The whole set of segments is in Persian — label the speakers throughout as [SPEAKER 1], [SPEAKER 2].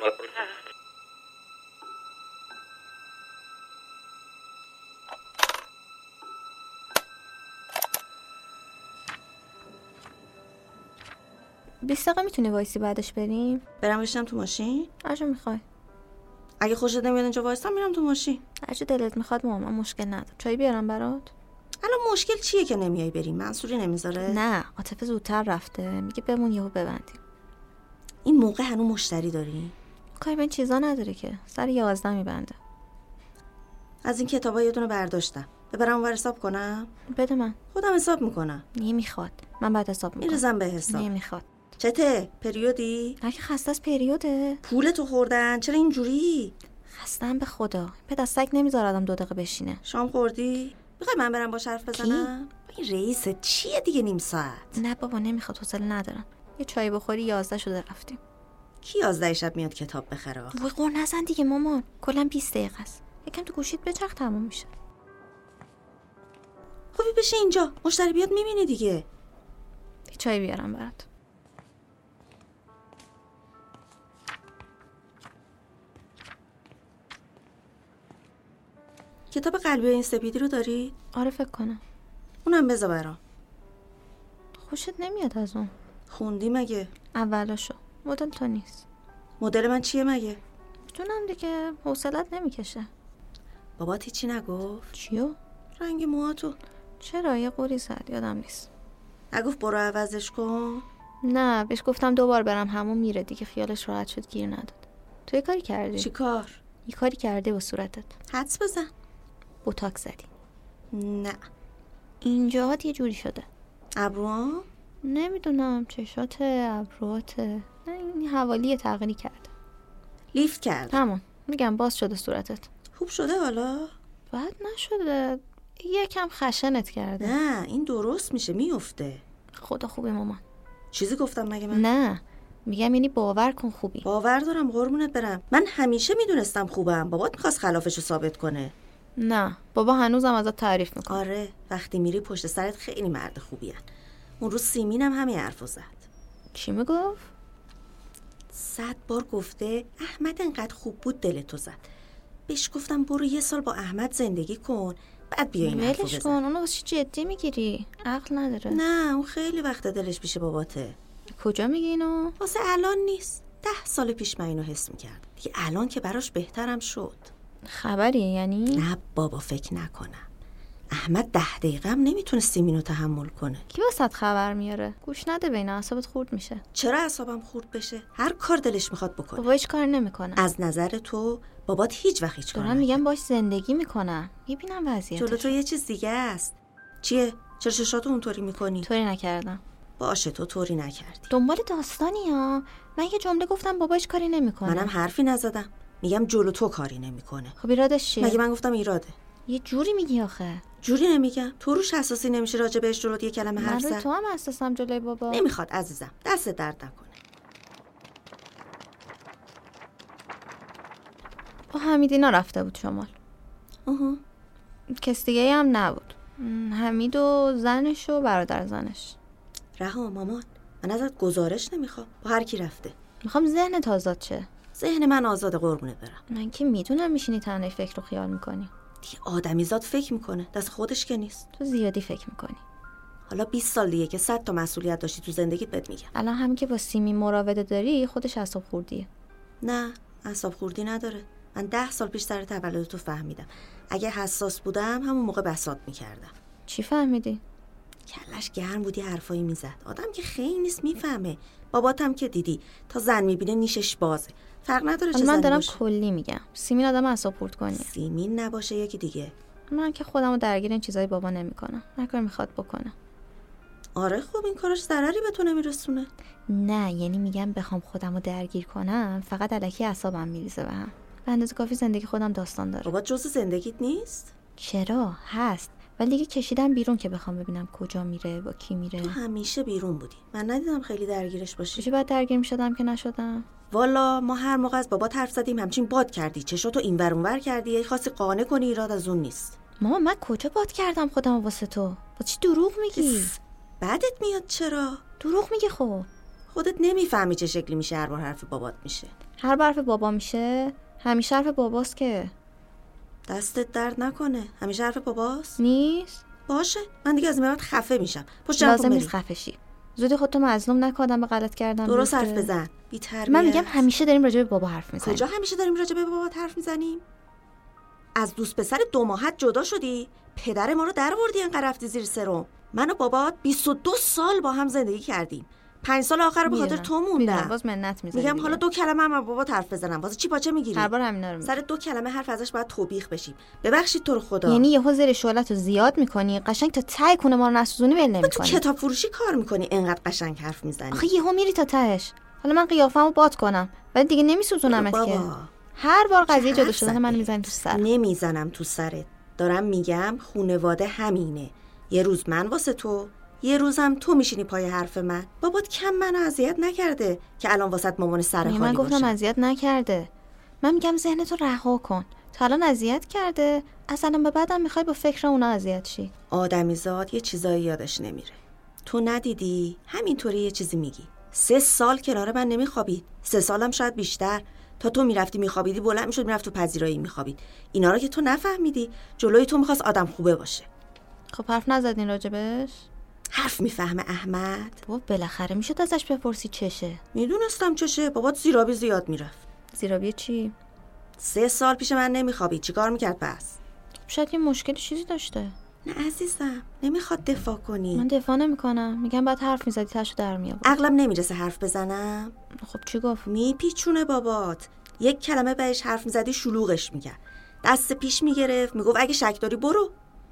[SPEAKER 1] Mal prüfen.
[SPEAKER 2] بیست دقیقه میتونی وایسی بعدش بریم
[SPEAKER 3] برم بشینم تو ماشین
[SPEAKER 2] هرجا میخوای
[SPEAKER 3] اگه خوشت نمیاد اینجا وایستم میرم تو ماشین
[SPEAKER 2] هرچی دلت میخواد مامان من مشکل ندارم چای بیارم برات
[SPEAKER 3] الان مشکل چیه که نمیای بریم منصوری نمیذاره
[SPEAKER 2] نه عاطفه زودتر رفته میگه بمون یهو ببندیم
[SPEAKER 3] این موقع هنوز مشتری داری
[SPEAKER 2] کاری به این چیزا نداره که سر یازده میبنده
[SPEAKER 3] از این کتابا یه دونه برداشتم ببرم اونور حساب کنم
[SPEAKER 2] بده من
[SPEAKER 3] خودم حساب میکنم
[SPEAKER 2] نمیخواد من بعد حساب میکنم
[SPEAKER 3] میرزم به حساب
[SPEAKER 2] نمیخواد
[SPEAKER 3] چته پریودی
[SPEAKER 2] نه که خسته از پریوده
[SPEAKER 3] پول تو خوردن چرا اینجوری
[SPEAKER 2] خستم به خدا پدستک نمیذاره آدم دو دقیقه بشینه
[SPEAKER 3] شام خوردی میخوای من برم با حرف بزنم این رئیس چیه دیگه نیم ساعت
[SPEAKER 2] نه بابا نمیخواد حوصله ندارم یه چای بخوری یازده شده رفتیم
[SPEAKER 3] کی 11 شب میاد کتاب بخره آخه؟
[SPEAKER 2] وای قور نزن دیگه مامان کلا 20 دقیقه است یکم تو گوشیت بچرخ تموم میشه
[SPEAKER 3] خوبی بشه اینجا مشتری بیاد میبینه دیگه
[SPEAKER 2] یه چای بیارم برات
[SPEAKER 3] کتاب قلبی این سپیدی رو داری
[SPEAKER 2] آره فکر کنم
[SPEAKER 3] اونم بذار برام
[SPEAKER 2] خوشت نمیاد از اون
[SPEAKER 3] خوندی مگه
[SPEAKER 2] اولاشو مدل تو نیست
[SPEAKER 3] مدل من چیه مگه
[SPEAKER 2] جونم دیگه حوصلت نمیکشه
[SPEAKER 3] بابات هیچی نگفت
[SPEAKER 2] چیو
[SPEAKER 3] رنگ موهاتو
[SPEAKER 2] چرا یه قوری زد یادم نیست
[SPEAKER 3] نگفت برو عوضش کن
[SPEAKER 2] نه بهش گفتم دوبار برم همون میره دیگه خیالش راحت شد گیر نداد تو یه کاری کردی
[SPEAKER 3] چیکار
[SPEAKER 2] یه کاری کردی با صورتت
[SPEAKER 3] حدس بزن
[SPEAKER 2] بوتاک زدی
[SPEAKER 3] نه
[SPEAKER 2] اینجاهات یه جوری شده
[SPEAKER 3] ابروام
[SPEAKER 2] نمیدونم چشات ابروات نه، این حوالی تغییری کرده
[SPEAKER 3] لیفت کرد
[SPEAKER 2] همون میگم باز شده صورتت
[SPEAKER 3] خوب شده حالا
[SPEAKER 2] بد نشده یکم خشنت کرده
[SPEAKER 3] نه این درست میشه میفته
[SPEAKER 2] خدا خوبه مامان
[SPEAKER 3] چیزی گفتم مگه من
[SPEAKER 2] نه میگم یعنی باور کن خوبی
[SPEAKER 3] باور دارم قربونت برم من همیشه میدونستم خوبم بابات میخواست خلافش رو ثابت کنه
[SPEAKER 2] نه بابا هنوزم ازت تعریف میکنه
[SPEAKER 3] آره وقتی میری پشت سرت خیلی مرد خوبی هن. اون روز سیمینم همین حرف رو زد
[SPEAKER 2] چی میگفت
[SPEAKER 3] صد بار گفته احمد انقدر خوب بود دلتو زد بهش گفتم برو یه سال با احمد زندگی کن بعد بیا این حرف رو
[SPEAKER 2] ولش
[SPEAKER 3] بزن
[SPEAKER 2] کن اونو واسه چی جدی میگیری عقل نداره
[SPEAKER 3] نه اون خیلی وقت دلش پیش باباته
[SPEAKER 2] کجا میگی اینو
[SPEAKER 3] واسه الان نیست ده سال پیش من اینو حس میکرد دیگه الان که براش بهترم شد
[SPEAKER 2] خبری یعنی
[SPEAKER 3] نه بابا فکر نکنم احمد ده دقیقه هم نمیتونه سیمینو تحمل کنه
[SPEAKER 2] کی واسط خبر میاره گوش نده بین اعصابت خورد میشه
[SPEAKER 3] چرا اصابم خورد بشه هر کار دلش میخواد بکنه
[SPEAKER 2] بابا هیچ کار نمیکنه
[SPEAKER 3] از نظر تو بابات هیچ وقت هیچ کار
[SPEAKER 2] دارن
[SPEAKER 3] نکرد.
[SPEAKER 2] میگن باش زندگی میکنن میبینم وضعیت
[SPEAKER 3] جلو تو یه چیز دیگه است چیه چرا چشاتو اونطوری میکنی
[SPEAKER 2] طوری نکردم
[SPEAKER 3] باشه تو طوری نکردی
[SPEAKER 2] دنبال داستانی ها من یه جمله گفتم بابا هیچ کاری نمیکنه
[SPEAKER 3] منم حرفی نزدم میگم جلو تو کاری نمیکنه
[SPEAKER 2] خب ایرادش چیه
[SPEAKER 3] مگه من گفتم ایراده
[SPEAKER 2] یه جوری میگی آخه
[SPEAKER 3] جوری نمیگم تو روش حساسی نمیشه راجع بهش جلوت یه کلمه
[SPEAKER 2] من
[SPEAKER 3] حرف
[SPEAKER 2] رو
[SPEAKER 3] زد
[SPEAKER 2] تو هم اساسم جلوی بابا
[SPEAKER 3] نمیخواد عزیزم دست درد نکنه
[SPEAKER 2] با حمیدینا رفته بود شمال
[SPEAKER 3] آها
[SPEAKER 2] کس دیگه هم نبود م، حمید و زنش و برادر زنش
[SPEAKER 3] رها مامان من ازت گزارش نمیخوام با هر کی رفته
[SPEAKER 2] میخوام ذهن آزاد شه
[SPEAKER 3] ذهن من آزاد قربونه برم
[SPEAKER 2] من که میدونم میشینی تنهایی فکر رو خیال میکنی
[SPEAKER 3] دیگه آدمیزاد فکر میکنه دست خودش که نیست
[SPEAKER 2] تو زیادی فکر میکنی
[SPEAKER 3] حالا 20 سال دیگه که 100 تا مسئولیت داشتی تو زندگیت بهت میگم
[SPEAKER 2] الان هم که با سیمی مراوده داری خودش اصاب خوردیه
[SPEAKER 3] نه اعصاب خوردی نداره من ده سال پیش سر تولد تو فهمیدم اگه حساس بودم همون موقع بسات میکردم
[SPEAKER 2] چی فهمیدی؟
[SPEAKER 3] کلش گرم بودی حرفایی میزد آدم که خیلی نیست میفهمه باباتم که دیدی تا زن میبینه نیشش بازه فرق نداره چه
[SPEAKER 2] حالا من
[SPEAKER 3] زنی
[SPEAKER 2] دارم
[SPEAKER 3] باشه.
[SPEAKER 2] کلی میگم سیمین آدم اصاب خورد کنی
[SPEAKER 3] سیمین نباشه یکی دیگه
[SPEAKER 2] من که خودم رو درگیر این چیزای بابا نمیکنم هر کاری میخواد بکنه
[SPEAKER 3] آره خب این کارش ضرری به تو نمیرسونه
[SPEAKER 2] نه یعنی میگم بخوام خودم رو درگیر کنم فقط علکی اعصابم میریزه به هم به اندازه کافی زندگی خودم داستان داره
[SPEAKER 3] بابات جزء زندگیت نیست
[SPEAKER 2] چرا هست ولی دیگه کشیدم بیرون که بخوام ببینم کجا میره با کی میره
[SPEAKER 3] تو همیشه بیرون بودی من ندیدم خیلی درگیرش باشی
[SPEAKER 2] چه بعد درگیر میشدم که نشدم
[SPEAKER 3] والا ما هر موقع از بابات حرف زدیم همچین باد کردی چشاتو اینور اونور کردی هی خواستی قانع کنی ایراد از اون نیست
[SPEAKER 2] ماما من کجا باد کردم خودم رو واسه تو با چی دروغ میگی
[SPEAKER 3] بعدت میاد چرا
[SPEAKER 2] دروغ میگی خب
[SPEAKER 3] خودت نمیفهمی چه شکلی میشه هر بار حرف بابات میشه
[SPEAKER 2] هر بار حرف بابا میشه همیشه حرف باباست که
[SPEAKER 3] دستت درد نکنه همیشه حرف باباست
[SPEAKER 2] نیست
[SPEAKER 3] باشه من دیگه از این به بعد خفه میشم پشت جمع کن
[SPEAKER 2] لازم
[SPEAKER 3] خب بریم.
[SPEAKER 2] نیست خفه شی زودی خودتو مظلوم نکادم به غلط کردن
[SPEAKER 3] درست حرف
[SPEAKER 2] بیفته.
[SPEAKER 3] بزن بی‌تربیت.
[SPEAKER 2] من میگم همیشه داریم راجع به بابا حرف میزنیم
[SPEAKER 3] کجا همیشه داریم راجع به بابات حرف میزنیم از دوست پسر دو ماهت جدا شدی پدر ما رو در بردی انقدر رفتی زیر سرم من و بابات 22 سال با هم زندگی کردیم پنج سال آخر رو به خاطر
[SPEAKER 2] میدونم.
[SPEAKER 3] تو
[SPEAKER 2] میدونم.
[SPEAKER 3] موندم
[SPEAKER 2] باز منت میزنی
[SPEAKER 3] میگم
[SPEAKER 2] دیگه.
[SPEAKER 3] حالا دو کلمه هم با بابات حرف بزنم واسه چی پاچه میگیری
[SPEAKER 2] هر بار همینا رو میگی.
[SPEAKER 3] سر دو کلمه حرف ازش باید توبیخ بشیم ببخشید تو رو خدا
[SPEAKER 2] یعنی یهو زیر شعلت رو زیاد میکنی قشنگ تا ته کنه ما رو نسوزونی ول
[SPEAKER 3] تو
[SPEAKER 2] نمیکنی
[SPEAKER 3] کتاب فروشی کار میکنی انقدر قشنگ حرف میزنی
[SPEAKER 2] آخه یهو میری تا تهش حالا من قیافمو باد کنم ولی دیگه نمیسوزونمت که
[SPEAKER 3] بابا
[SPEAKER 2] هر بار قضیه
[SPEAKER 3] چه
[SPEAKER 2] جدا شدن من
[SPEAKER 3] حرف زدی؟
[SPEAKER 2] میزنی تو سر
[SPEAKER 3] نمیزنم تو سرت دارم میگم خونواده همینه یه روز من واسه تو یه روزم تو میشینی پای حرف من بابات کم منو اذیت نکرده که الان واسه مامان سر
[SPEAKER 2] میگه
[SPEAKER 3] حالی
[SPEAKER 2] یعنی من گفتم
[SPEAKER 3] باشم.
[SPEAKER 2] اذیت نکرده من میگم ذهنتو رها کن تا الان اذیت کرده از الان به بعدم میخوای با فکر اونا اذیت شی
[SPEAKER 3] آدمیزاد یه چیزایی یادش نمیره تو ندیدی همینطوری یه چیزی میگی سه سال کنار من نمیخوابید سه سالم شاید بیشتر تا تو میرفتی میخوابیدی بلند میشد میرفت تو پذیرایی میخوابید اینا رو که تو نفهمیدی جلوی تو میخواست آدم خوبه باشه
[SPEAKER 2] خب حرف نزدین راجبش
[SPEAKER 3] حرف میفهمه احمد
[SPEAKER 2] بابا بالاخره میشد ازش بپرسی چشه
[SPEAKER 3] میدونستم چشه بابات زیرابی زیاد میرفت
[SPEAKER 2] زیرابی چی
[SPEAKER 3] سه سال پیش من نمیخوابی چیکار میکرد پس
[SPEAKER 2] شاید یه مشکل چیزی داشته
[SPEAKER 3] نه عزیزم نمیخواد دفاع
[SPEAKER 2] من
[SPEAKER 3] کنی
[SPEAKER 2] دفاع نمیکنم میگم بعد حرف میزدی تاشو در میآورد
[SPEAKER 3] عقلم نمیرسه حرف بزنم
[SPEAKER 2] خب چی گفت
[SPEAKER 3] میپیچونه بابات یک کلمه بهش حرف میزدی شلوغش میکرد دست پیش میگرفت میگفت اگه شک داری برو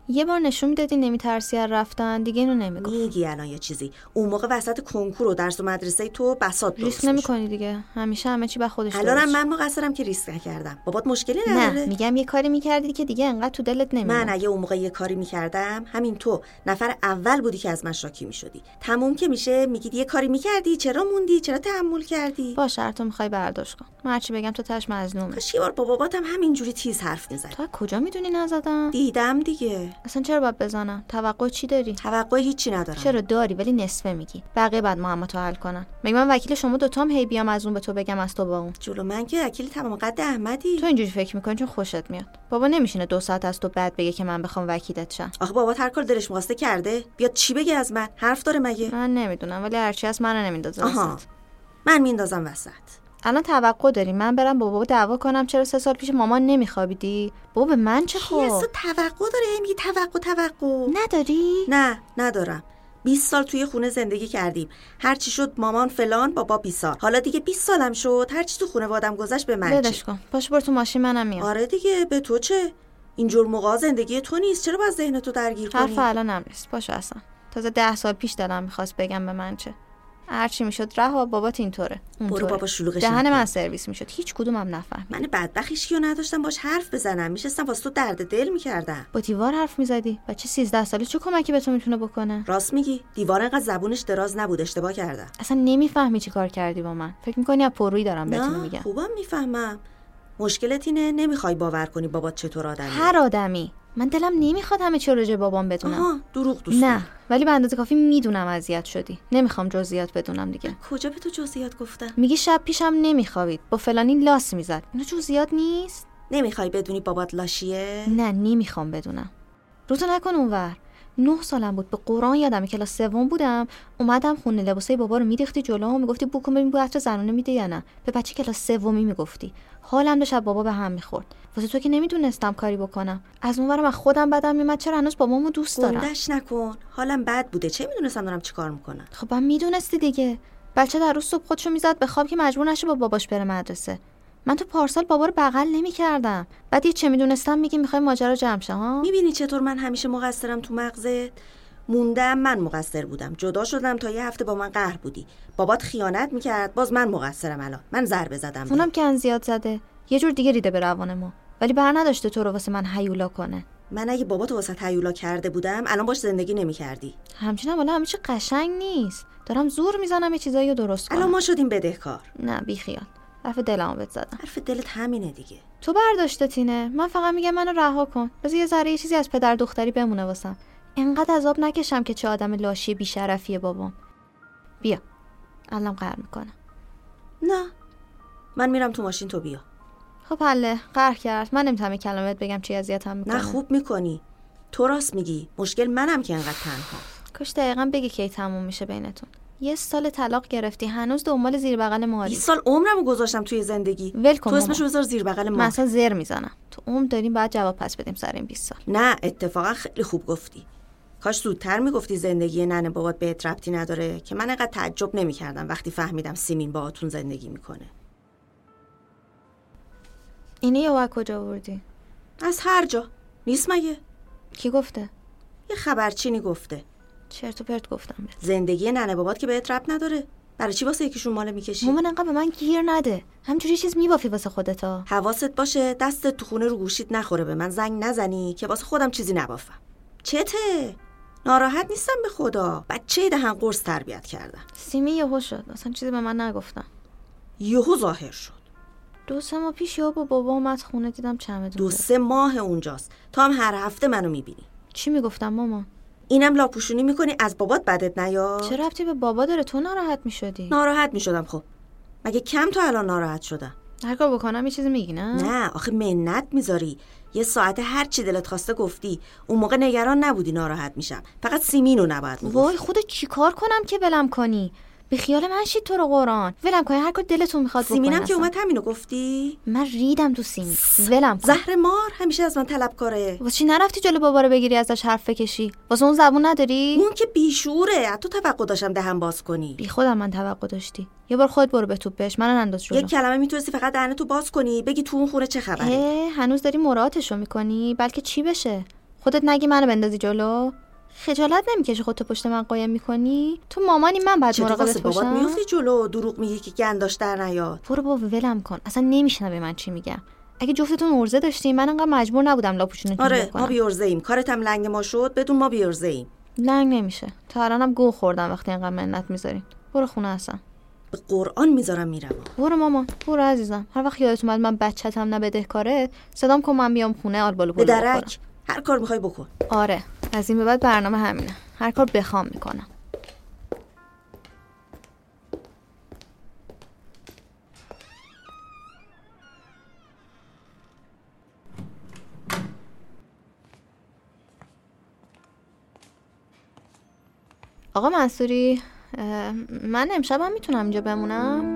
[SPEAKER 2] یه بار نشون میدادی نمیترسی از رفتن دیگه اینو نمیگفت
[SPEAKER 3] میگی الان یه چیزی اون موقع وسط کنکور و درس و مدرسه تو بسات درست
[SPEAKER 2] ریسک
[SPEAKER 3] می‌شد.
[SPEAKER 2] نمیکنی دیگه همیشه همه چی با خودش
[SPEAKER 3] الانم
[SPEAKER 2] درست.
[SPEAKER 3] من مقصرم که ریسک نکردم بابات مشکلی نداره
[SPEAKER 2] نه میگم یه کاری میکردی که دیگه انقدر تو دلت
[SPEAKER 3] من
[SPEAKER 2] نمیمون
[SPEAKER 3] اگه اون موقع یه کاری میکردم همین تو نفر اول بودی که از من شاکی میشدی تموم که میشه میگید یه کاری میکردی چرا موندی چرا تحمل کردی
[SPEAKER 2] باش هر تو میخوای برداشت کن من هرچی بگم تو تش مظلومه
[SPEAKER 3] کاش یه بار با باباتم همینجوری تیز حرف میزد
[SPEAKER 2] تو از کجا میدونی نزدم
[SPEAKER 3] دیدم دیگه
[SPEAKER 2] اصلا چرا باید بزنم توقع چی داری
[SPEAKER 3] توقع هیچی ندارم
[SPEAKER 2] چرا داری ولی نصفه میگی بقیه بعد معما تو حل کنن مگه من وکیل شما دوتام هی بیام از اون به تو بگم از تو با اون
[SPEAKER 3] جلو من که وکیل تمام قد احمدی
[SPEAKER 2] تو اینجوری فکر میکنی چون خوشت میاد بابا نمیشینه دو ساعت از تو بعد بگه که من بخوام وکیلت شم
[SPEAKER 3] آخه بابات هر کار دلش میخواسته کرده بیاد چی بگه از من حرف داره مگه
[SPEAKER 2] من نمیدونم ولی هرچی هست منو نمیندازه
[SPEAKER 3] آها
[SPEAKER 2] وسط.
[SPEAKER 3] من میندازم وسط
[SPEAKER 2] الان توقع داری من برم با بابا دعوا کنم چرا سه سال پیش مامان نمیخوابیدی بابا به من چه
[SPEAKER 3] کی از
[SPEAKER 2] خب
[SPEAKER 3] تو توقع داره هی میگی توقع توقع
[SPEAKER 2] نداری
[SPEAKER 3] نه ندارم 20 سال توی خونه زندگی کردیم هر چی شد مامان فلان بابا 20 سال حالا دیگه 20 سالم شد هر چی تو خونه وادم گذشت به من
[SPEAKER 2] بدش
[SPEAKER 3] چه
[SPEAKER 2] کن باش برو تو ماشین منم میام
[SPEAKER 3] آره دیگه به تو چه اینجور موقع زندگی تو نیست چرا باید ذهن تو درگیر کنی
[SPEAKER 2] حرف الانم نیست باش اصلا تازه ده سال پیش دلم میخواست بگم به من چه هرچی میشد رها بابات اینطوره اونطوره.
[SPEAKER 3] بابا شلوغش
[SPEAKER 2] دهن
[SPEAKER 3] نکن.
[SPEAKER 2] من سرویس میشد هیچ کدومم نفهمید
[SPEAKER 3] من بدبخیش کیو نداشتم باش حرف بزنم میشستم واسه تو درد دل میکردم
[SPEAKER 2] با دیوار حرف میزدی بچه 13 ساله چه کمکی به تو میتونه بکنه
[SPEAKER 3] راست میگی دیوار انقدر زبونش دراز نبود اشتباه کردم
[SPEAKER 2] اصلا نمیفهمی چی کار کردی با من فکر میکنی از پرویی دارم بهتون
[SPEAKER 3] نه
[SPEAKER 2] میگم
[SPEAKER 3] خوبم میفهمم مشکلت اینه نمیخوای باور کنی بابات چطور آدمیه
[SPEAKER 2] هر آدمی من دلم نمیخواد همه چی رو راجع به بابام بدونم
[SPEAKER 3] آها دروغ دوست داری.
[SPEAKER 2] نه ولی به اندازه کافی میدونم اذیت شدی نمیخوام جزئیات بدونم دیگه
[SPEAKER 3] کجا به تو جزئیات گفتم
[SPEAKER 2] میگی شب پیشم نمیخوابید با فلانی لاس میزد اینا جزئیات نیست
[SPEAKER 3] نمیخوای بدونی بابات لاشیه؟
[SPEAKER 2] نه نمیخوام بدونم روتو نکن اونور نه سالم بود به قرآن یادم کلاس سوم بودم اومدم خونه لباسای بابا رو میریختی جلو و میگفتی بو کن ببین بو عطر زنونه میده یا نه به بچه کلاس سومی میگفتی حالم داشت از بابا به هم میخورد واسه تو که نمیدونستم کاری بکنم از اونورم از خودم بدم میمد چرا هنوز بابامو دوست دارم
[SPEAKER 3] گندش نکن حالم بد بوده چه میدونستم دارم چیکار میکنم
[SPEAKER 2] خب هم میدونستی دیگه بچه در روز صبح خودشو میزد به خواب که مجبور نشه با باباش بره مدرسه من تو پارسال بابا رو بغل نمیکردم بعد یه چه میدونستم میگی میخوای ماجرا جمع شه ها
[SPEAKER 3] میبینی چطور من همیشه مقصرم تو مغزت موندم من مقصر بودم جدا شدم تا یه هفته با من قهر بودی بابات خیانت میکرد باز من مقصرم الان من ضربه زدم
[SPEAKER 2] اونم که ان زیاد زده یه جور دیگه ریده به روان ما ولی بر نداشته تو رو واسه من حیولا کنه
[SPEAKER 3] من اگه بابات واسه هیولا کرده بودم الان باش زندگی نمیکردی
[SPEAKER 2] همچنین حالا همه چی قشنگ نیست دارم زور میزنم یه چیزایی رو درست
[SPEAKER 3] الان
[SPEAKER 2] کنم
[SPEAKER 3] ما شدیم بدهکار
[SPEAKER 2] نه بیخیال حرف دلمو بهت زدم
[SPEAKER 3] حرف دلت همینه دیگه
[SPEAKER 2] تو برداشته تینه من فقط میگم منو رها کن بذار یه ذره یه چیزی از پدر دختری بمونه واسم انقدر عذاب نکشم که چه آدم لاشی بیشرفیه بابام بیا الان قهر میکنه
[SPEAKER 3] نه من میرم تو ماشین تو بیا
[SPEAKER 2] خب حله قهر کرد من نمیتونم این کلامت بگم چی اذیتم میکنه
[SPEAKER 3] نه خوب میکنی تو راست میگی مشکل منم که انقدر تنها
[SPEAKER 2] کاش دقیقا بگی کی تموم میشه بینتون یه سال طلاق گرفتی هنوز دنبال زیر بغل ماری
[SPEAKER 3] 20 سال عمرمو گذاشتم توی زندگی
[SPEAKER 2] ول کن
[SPEAKER 3] تو
[SPEAKER 2] بابا.
[SPEAKER 3] اسمشو بذار زیر بغل
[SPEAKER 2] من
[SPEAKER 3] ما
[SPEAKER 2] اصلا زر میزنم تو عمر داریم باید جواب پس بدیم سر این 20 سال
[SPEAKER 3] نه اتفاقا خیلی خوب گفتی کاش زودتر میگفتی زندگی ننه بابات بهت ربطی نداره که من انقدر تعجب نمیکردم وقتی فهمیدم سیمین باهاتون زندگی میکنه
[SPEAKER 2] اینه یا از کجا آوردی
[SPEAKER 3] از هر جا نیست مگه
[SPEAKER 2] کی گفته
[SPEAKER 3] یه خبرچینی گفته
[SPEAKER 2] چرت و پرت گفتم بهت
[SPEAKER 3] زندگی ننه بابات که بهت ربط نداره برای چی واسه یکیشون ماله میکشی
[SPEAKER 2] مومن انقدر به من گیر نده همجوری چیز میبافی واسه خودتا
[SPEAKER 3] حواست باشه دستت تو خونه رو گوشیت نخوره به من زنگ نزنی که واسه خودم چیزی نبافم چته ناراحت نیستم به خدا بچه دهن قرص تربیت کردم
[SPEAKER 2] سیمی یهو شد اصلا چیزی به من نگفتم
[SPEAKER 3] یهو ظاهر شد
[SPEAKER 2] دو سه ماه پیش یا با بابا اومد خونه دیدم چمدون
[SPEAKER 3] دو
[SPEAKER 2] داره.
[SPEAKER 3] سه ماه اونجاست تا هم هر هفته منو میبینی
[SPEAKER 2] چی میگفتم مامان
[SPEAKER 3] اینم لاپوشونی میکنی از بابات بدت نیاد
[SPEAKER 2] چه ربطی به بابا داره تو ناراحت میشدی
[SPEAKER 3] ناراحت میشدم خب مگه کم تا الان ناراحت شدم
[SPEAKER 2] هر کار بکنم یه چیزی میگی نه
[SPEAKER 3] نه آخه منت میذاری یه ساعت هر چی دلت خواسته گفتی اون موقع نگران نبودی ناراحت میشم فقط سیمینو نباید میگفت
[SPEAKER 2] وای خودت چیکار کنم که ولم کنی به خیال من شید تو رو قرآن ولم کنی هر کار دلتون میخواد بکنی
[SPEAKER 3] سیمینم که
[SPEAKER 2] اصلا.
[SPEAKER 3] اومد همینو گفتی
[SPEAKER 2] من ریدم تو سیمی ولم کن
[SPEAKER 3] زهر مار همیشه از من طلبکاره
[SPEAKER 2] واسه چی نرفتی جلو بابا رو بگیری ازش حرف بکشی واسه اون زبون نداری
[SPEAKER 3] اون که بیشوره از تو توقع داشتم دهن باز کنی
[SPEAKER 2] بی خودم من توقع داشتی یه بار خودت برو به توپ بهش منو ننداز
[SPEAKER 3] یه
[SPEAKER 2] جلو
[SPEAKER 3] کلمه میتونستی فقط دهن تو باز کنی بگی تو اون خونه چه خبره
[SPEAKER 2] اه، هنوز داری مراعاتشو میکنی بلکه چی بشه خودت نگی منو بندازی جلو خجالت نمیکشی خودتو پشت من قایم میکنی تو مامانی من بعد
[SPEAKER 3] چطور واسه
[SPEAKER 2] مراقبت
[SPEAKER 3] بابات
[SPEAKER 2] باشم
[SPEAKER 3] میفتی جلو دروغ میگی که گنداش در نیاد
[SPEAKER 2] برو با ولم کن اصلا نمیشنوه من چی میگم اگه جفتتون عرضه داشتی من انقدر مجبور نبودم لاپوچونتون
[SPEAKER 3] آره ما
[SPEAKER 2] بکنم
[SPEAKER 3] بیارزه ایم کارت هم لنگ ما شد بدون ما بیارزه ایم
[SPEAKER 2] لنگ نمیشه تا الانم گو خوردم وقتی انقدر منت میذارین برو خونه هستم
[SPEAKER 3] به قرآن میذارم میرم
[SPEAKER 2] برو ماما برو عزیزم هر وقت یادت اومد من بچتم نه بدهکاره صدام کن من بیام خونه آل بالو
[SPEAKER 3] به
[SPEAKER 2] پلو بخورم.
[SPEAKER 3] درک هر کار میخوای بکن
[SPEAKER 2] آره از این به بعد برنامه همینه هر کار بخوام میکنم آقا منصوری اه، من امشبم میتونم اینجا بمونم